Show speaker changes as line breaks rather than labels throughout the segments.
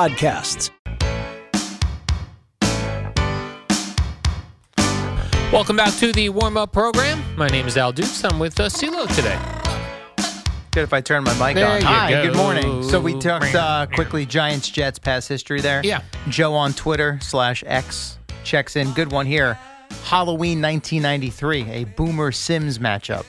podcasts.
Welcome back to the warm up program. My name is Al Dukes. I'm with uh, CeeLo today.
Good if I turn my mic
There
on.
you
Hi,
go.
good morning. So we talked uh, quickly Giants Jets past history there.
Yeah.
Joe on Twitter slash X checks in. Good one here. Halloween 1993, a Boomer Sims matchup.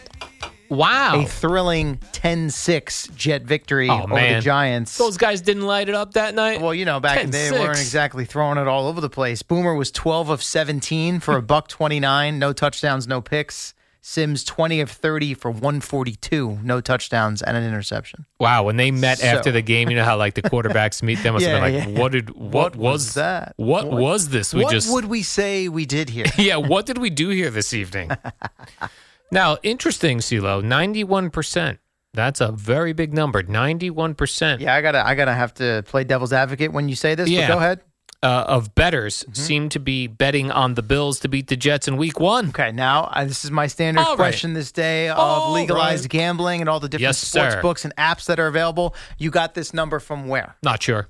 Wow.
A thrilling 10 6 Jet victory
Oh,
over
man.
the Giants.
Those guys didn't light it up that night.
Well, you know, back in the day,
10-6.
they weren't exactly throwing it all over the place. Boomer was 12 of 17 for a buck 29, no touchdowns, no picks. Sims 20 of 30 for 142, no touchdowns and an interception.
Wow, when they met
So-
after the game, you know how like the quarterbacks meet them. Must have been
Yeah,
like,
yeah.
what did what, was,
that?
What, was this? We
what
just
would we say we did here?
yeah. What did we do here this evening? now, interesting, CeeLo, ninety one percent. That's a very big number. Ninety one percent
yeah, I gotta, I gotta have to play devil's advocate when you say this.
Yeah.
But go ahead.
uh, of betters
Mm-hmm.
seem to be betting on the Bills to beat the Jets in Week One.
Okay, now uh, this is my standard
All right.
question this day of
All
legalized
right.
gambling and all the different
Yes,
sports
sir.
books and apps that are available. You got this number from where?
Not sure.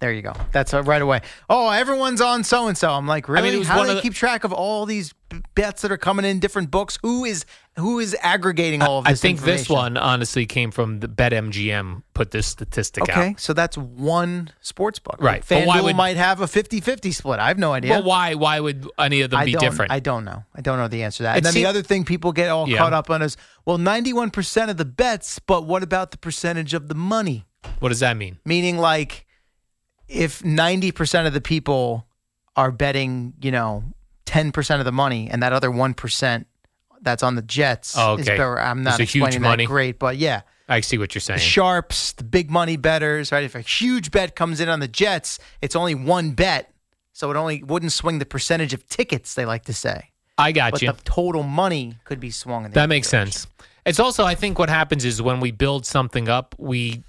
There you go. That's uh, right away. Oh, everyone's on so and so. I'm like,
mean,
really?
it was
How
one
do they
of the-
keep track of all these b- bets that are coming in different books? Who is who is aggregating all of
I
this?
think this
information?
one honestly came from the BetMGM put this statistic out.
Okay, so that's one sports book.
Right. But
FanDuel
why would-
might have a 50-50 split. I have no idea.
Well, why why would any of them
I
be
don't,
different?
I don't know. I don't know the answer to that.
It
and then
seem-
the other thing people get all
Yeah.
caught up on is, well, 91% of the bets, but what about the percentage of the money?
what does that mean?
Meaning like if 90% of the people are betting, you know, 10% of the money and that other 1% that's on the Jets.
Oh,
is
okay.
better. I'm not
It's a huge
explaining that
money.
great, but yeah.
I see what you're
The
saying.
sharps, the big money betters, right? If a huge bet comes in on the Jets, it's only one bet. So it only wouldn't swing the percentage of tickets, they like to say
I got
but
you.
the total money could be swung. In the
That
other
makes
direction.
sense. It's also I think what happens is when we build something up, we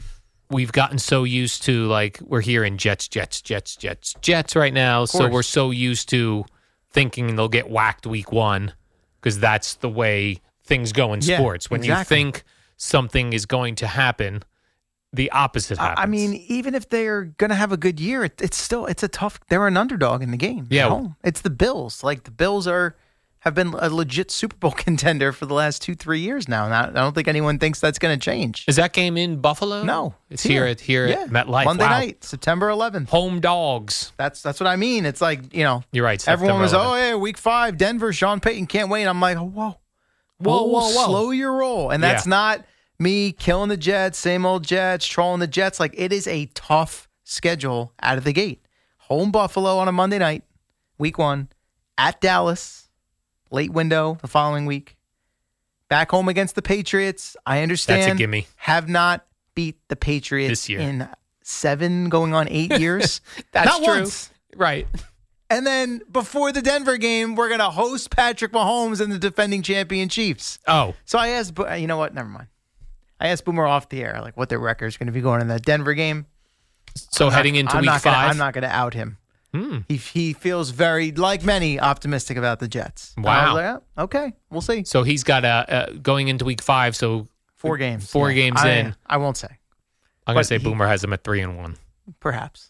we've gotten so used to like we're hearing Jets, Jets, Jets, Jets, Jets right now, so
course.
we're so used to thinking they'll get whacked week 1 because that's the way things go in
Yeah,
sports. When you
exactly.
think something is going to happen, the opposite happens.
I I mean, even if they're going to have a good year, it, it's still it's a tough. They're an underdog in the game. at
Yeah.
home. it's the Bills. Like the Bills are have been a legit Super Bowl contender for the last two three years now, and I, I don't think anyone thinks that's going to change.
Is that game in Buffalo?
No,
It's here, at here
yeah.
at MetLife.
Monday
Wow.
night, September 11th.
Home dogs.
That's that's what I mean. It's like you know,
You're right, September
Everyone was
11th.
oh yeah, week five, Denver, Sean Payton can't wait. I'm like, whoa,
Whoa, whoa, whoa.
slow your roll. And that's
Yeah.
not me killing the Jets, same old Jets, trolling the Jets. Like it is a tough schedule out of the gate. Home Buffalo on a Monday night, week one, at Dallas, late window the following week. Back home against the Patriots. I understand.
gimme.
Have not beat the Patriots
This year.
in seven going on eight years.
That's
not
true.
once.
Right.
And then before the Denver game, we're going to host Patrick Mahomes and the defending champion Chiefs.
Oh,
So I asked, Bo- uh, you know what? Never mind. I asked Boomer off the air, like what their record is going to be going in that Denver game.
so heading into
I'm
week Hmm.
not
5
gonna- I'm not going to out him. He, he feels very, like many, optimistic about the Jets. And I was
Wow.
like, "Oh, okay, we'll see.
So he's got a, a going into week five. So
Four games.
Four
Yeah.
games
I-
in.
I won't say.
I'm gonna
But
say
he-
Boomer has him at three and one.
Perhaps.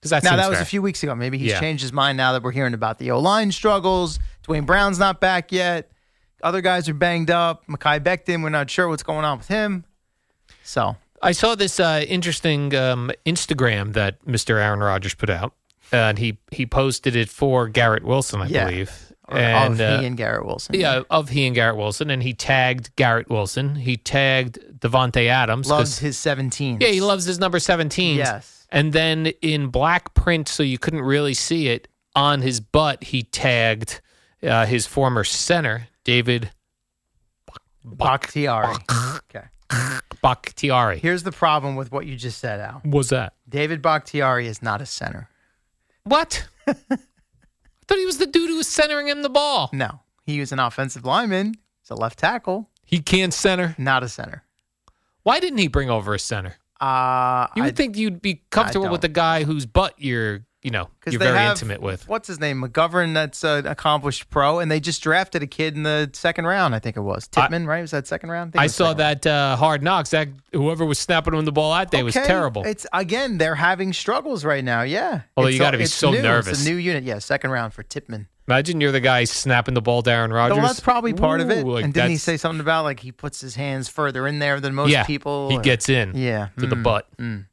Because that
now
seems
that was
fair.
a few weeks ago. Maybe he's
Yeah.
changed his mind now that we're hearing about the O line struggles. Dwayne Brown's not back yet. Other guys are banged up. Makai Becton, we're not sure what's going on with him. So
I saw this uh, interesting um, Instagram that Mr. Aaron Rodgers put out, uh, and he he posted it for Garrett Wilson, I
Yeah.
believe.
or
and,
of
uh,
he and Garrett Wilson.
yeah, of he and Garrett Wilson, and he tagged Garrett Wilson. He tagged Devonte Adams. 'cause-
Loves his 17.
Yeah, he loves his number 17.
Yes.
And then in black print, so you couldn't really see it, on his butt, he tagged uh, his former center, David
Bakhtiari. okay.
Bakhtiari.
Here's the problem with what you just said, Al.
was that?
David Bakhtiari is not a center.
What? I thought he was the dude who was centering him the ball.
No. He was an offensive lineman. He's a left tackle,
He can't center.
not a center.
Why didn't he bring over a center?
Uh,
You would
I-
think you'd be comfortable with a
don't.
guy whose butt you're, you know,
'Cause
you're
they
very
have-
intimate with.
What's his name? McGovern, that's an accomplished pro, and they just drafted a kid in the second round, I think it was.
I-
Tipman, right? Was that second round? think it
I
was
saw
second round.
that uh, hard knocks. That whoever was snapping him the ball that day was
Okay.
terrible.
It's again, they're having struggles right now. Yeah.
Although you
It's
gotta
all-
be
it's
so
new. It's
nervous.
a new unit. Yeah, second round for Tipman.
Imagine you're the guy snapping the ball to Aaron Rodgers.
Well, that's probably part of it.
Ooh, like
and didn't he
that's-
say something about like he puts his hands further in there than most
yeah,
people?
He
or-
gets in
Yeah.
to the
Mm.
butt. to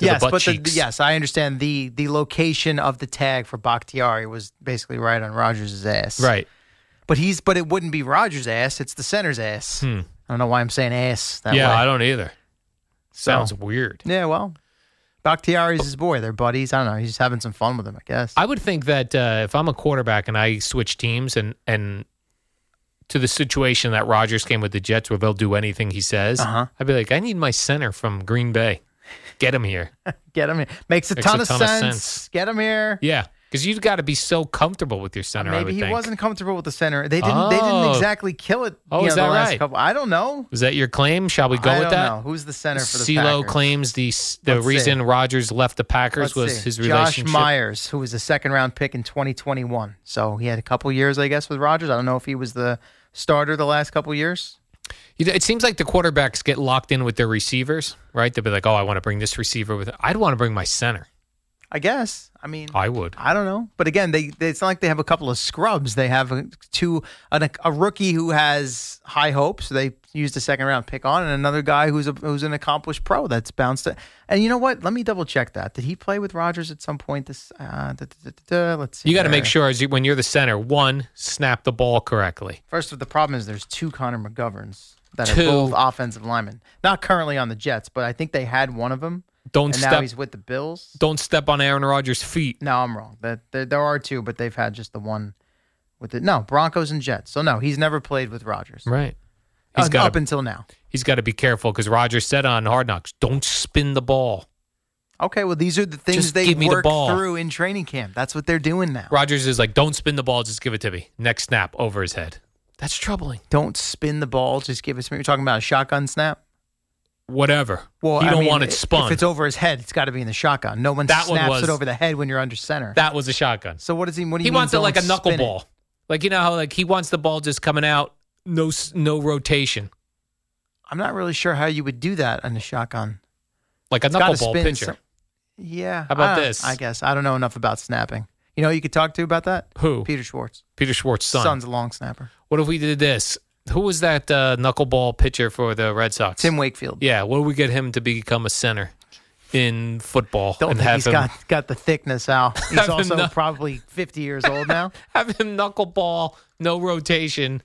the
yes,
butt
but the,
cheeks.
yes, I understand the the location of the tag for Bakhtiari was basically right on Rogers' ass.
Right.
But he's but it wouldn't be Rogers' ass, it's the center's ass. I don't know why I'm saying ass that
Hmm. yeah,
way.
I don't either. Sounds weird.
yeah, well. Bakhtiari's his boy. They're buddies. I don't know. He's just having some fun with him, I guess.
I would think that uh, if I'm a quarterback and I switch teams and and to the situation that Rodgers came with the Jets, where they'll do anything he says,
Uh-huh.
I'd be like, I need my center from Green Bay. Get him here.
Get him here. Makes a,
Makes
ton, of, sense. Get him here.
Yeah, because you've got to be so comfortable with your center. I
Maybe
would
he
think.
wasn't comfortable with the center. They didn't. They
Oh.
didn't exactly kill it.
Oh,
you
is
know, the
that
last
right?
Couple, I don't know.
Is that your claim? Shall we go
I
with
don't
that?
know. Who's the center for the
CeeLo
Packers?
claims the s- the
Let's see.
reason Rodgers left the Packers
Let's
was
see.
his
Josh
relationship.
Myers, who was a second round pick in 2021. So he had a couple years, I guess, with Rodgers. I don't know if he was the starter the last couple years.
You know, It seems like the quarterbacks get locked in with their receivers, right? They'll be like, "Oh, I want to bring this receiver with. I'd want to bring my center.
I guess. I mean, I,
I would."
don't know. But again, they, they it's not like they have a couple of scrubs. They have a, two an, a rookie who has high hopes. They used a second round pick on, and another guy who's a, who's an accomplished pro that's bounced. It. And you know what? Let me double check that. Did he play with Rodgers at some point? This uh, da, da, da, da, da. let's see.
You got to
here.
make sure as you, when you're the center, one snap the ball correctly.
First of the problem is there's two Connor McGoverns that
Two.
are both offensive linemen. Not currently on the Jets, but I think they had one of them.
Don't
and now
step.
he's with the Bills.
Don't step on Aaron Rodgers' feet.
No, I'm wrong. That there, there are two, but they've had just the one with the no Broncos and Jets. So no, he's never played with Rodgers.
Right. He's
Uh,
got
up
to.
until now.
He's got to be careful because Rodgers said on Hard Knocks, "Don't spin the ball."
Okay, well these are the things
Just
they
give me the
work
ball.
through in training camp. That's what they're doing now.
Rodgers is like, "Don't spin the ball. Just give it to me." Next snap over his head. That's troubling.
Don't spin the ball. Just give us. You're talking about a shotgun snap.
Whatever.
Well,
you
I
don't
mean,
want it spun.
If it's over his head, it's got to be in the shotgun. No one
That one
snaps
was-
it over the head when you're under center.
that was a shotgun.
So what does he? What do you
he
mean
wants it like a
don't spin
knuckleball. Like you know how like he wants the ball just coming out, no s- no rotation,
I'm not really sure how you would do that on a shotgun.
like a
gotta
knuckleball
spin
pitcher.
some- Yeah.
How about
I don't-
this?
I guess I don't know enough about snapping. You know, who you could talk to about that.
Who?
Peter Schwartz.
Peter Schwartz' son.
Son's a long snapper.
What if we did this? Who was that uh, knuckleball pitcher for the Red Sox?
Tim Wakefield.
Yeah. What do we get him to become a center in football?
Don't
and
think
have
he's
him
got got the thickness, Al. He's
Have
also
enough-
probably 50 years old now.
have him knuckleball, no rotation,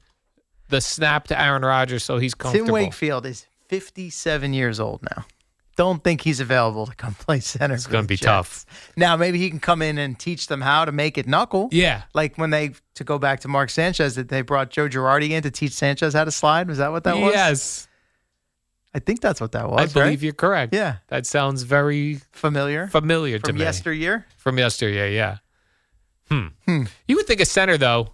the snap to Aaron Rodgers, so he's
Tim
comfortable.
Wakefield is 57 years old now. Don't think he's available to come play center. It's
gonna be tough.
Now maybe he can come in and teach them how to make it knuckle.
Yeah.
like when they to go back to Mark Sanchez that they brought Joe Girardi in to teach Sanchez how to slide. Was that what that was?
yes.
I think that's what that was.
I believe
right?
you're correct.
Yeah.
That sounds very
familiar
familiar to
from
me.
yesteryear.
From yesteryear, yeah. Hmm. You would think a center, though,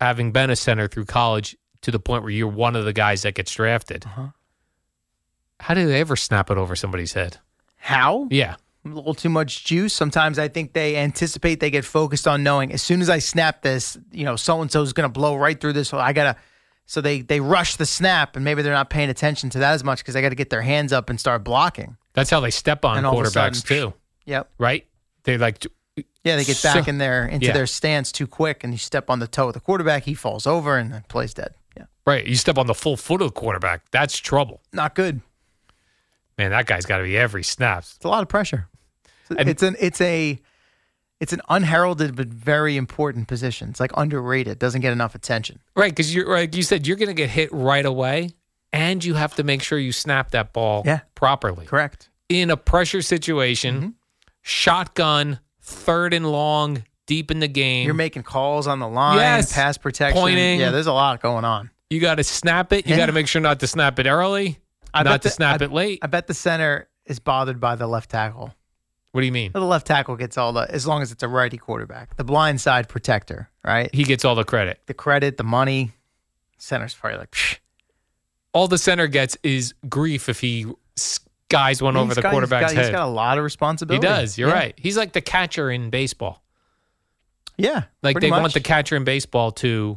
having been a center through college to the point where you're one of the guys that gets drafted.
Uh-huh.
How do they ever snap it over somebody's head?
How?
Yeah.
a little too much juice. Sometimes I think they anticipate they get focused on knowing as soon as I snap this, you know, so and so is going to blow right through this. So I gotta, so they they rush the snap and maybe they're not paying attention to that as much because they got to get their hands up and start blocking.
That's how they step on
And all of a
quarterbacks,
sudden,
too,
Yep.
right? They like,
Yeah, they get
So-
back in there into
yeah.
their stance too quick, and you step on the toe of the quarterback, he falls over and the play's dead. Yeah,
right, you step on the full foot of the quarterback. That's trouble.
not good.
Man, that guy's got to be every snap.
It's a lot of pressure. It's,
And-
it's an it's a it's an unheralded but very important position. It's like underrated, doesn't get enough attention.
Right, because you're like you said, you're going to get hit right away, and you have to make sure you snap that ball
Yeah.
properly.
Correct.
In a pressure situation,
Mm-hmm.
shotgun, third and long, deep in the game,
You're making calls on the line,
Mm. Yes.
pass protection.
Pointing.
Yeah, there's a lot going on.
you got to snap it. You
Yeah.
got to make sure not to snap it early,
bet
not to
the-
snap
I-
it late.
I bet the center is bothered by the left tackle.
what do you mean?
The left tackle gets all the as long as it's a righty quarterback. The blind side protector, right?
He gets all the credit.
The credit, the money. Center's probably like, "Psh,
All the center gets is grief if he skies one over
he's
the
got- he's
quarterback's
got-
head.
He's got a lot of
he
responsibility.
does. You're
Yeah.
right. He's like the catcher in baseball.
Yeah.
Like
pretty
they
much.
want the catcher in baseball to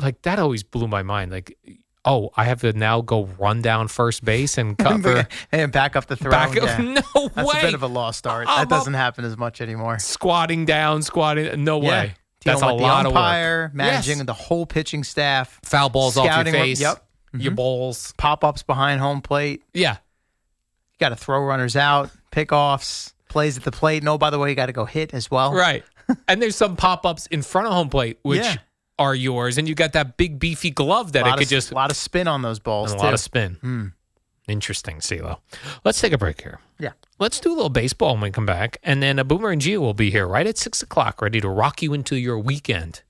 like that always blew my mind. Like oh, I have to now go run down first base and cover
and back up the throw.
back up.
yeah.
No
That's
way.
a bit of a lost art.
I'm
That
up-
doesn't happen as much anymore.
squatting down, squatting. No
Yeah.
way.
Dealing
That's a
with
lot
the
of work.
umpire, managing
Yes.
the whole pitching staff,
Foul balls off your
scouting work.
face.
Yep. Mm-hmm.
Your balls.
pop ups behind home plate.
Yeah.
You got to throw runners out, pickoffs, plays at the plate. No, by the way, you got to go hit as well.
Right. and there's some pop ups in front of home plate, which
Yeah.
are yours, and you got that big beefy glove that
A lot,
it could
of,
just
a lot of spin on those balls.
and a
too. Hmm.
lot of spin. Interesting, CeeLo. Let's take a break here.
Yeah.
Let's do a little baseball when we come back. And then a Boomer and Gio will be here right at 6 o'clock, ready to rock you into your weekend.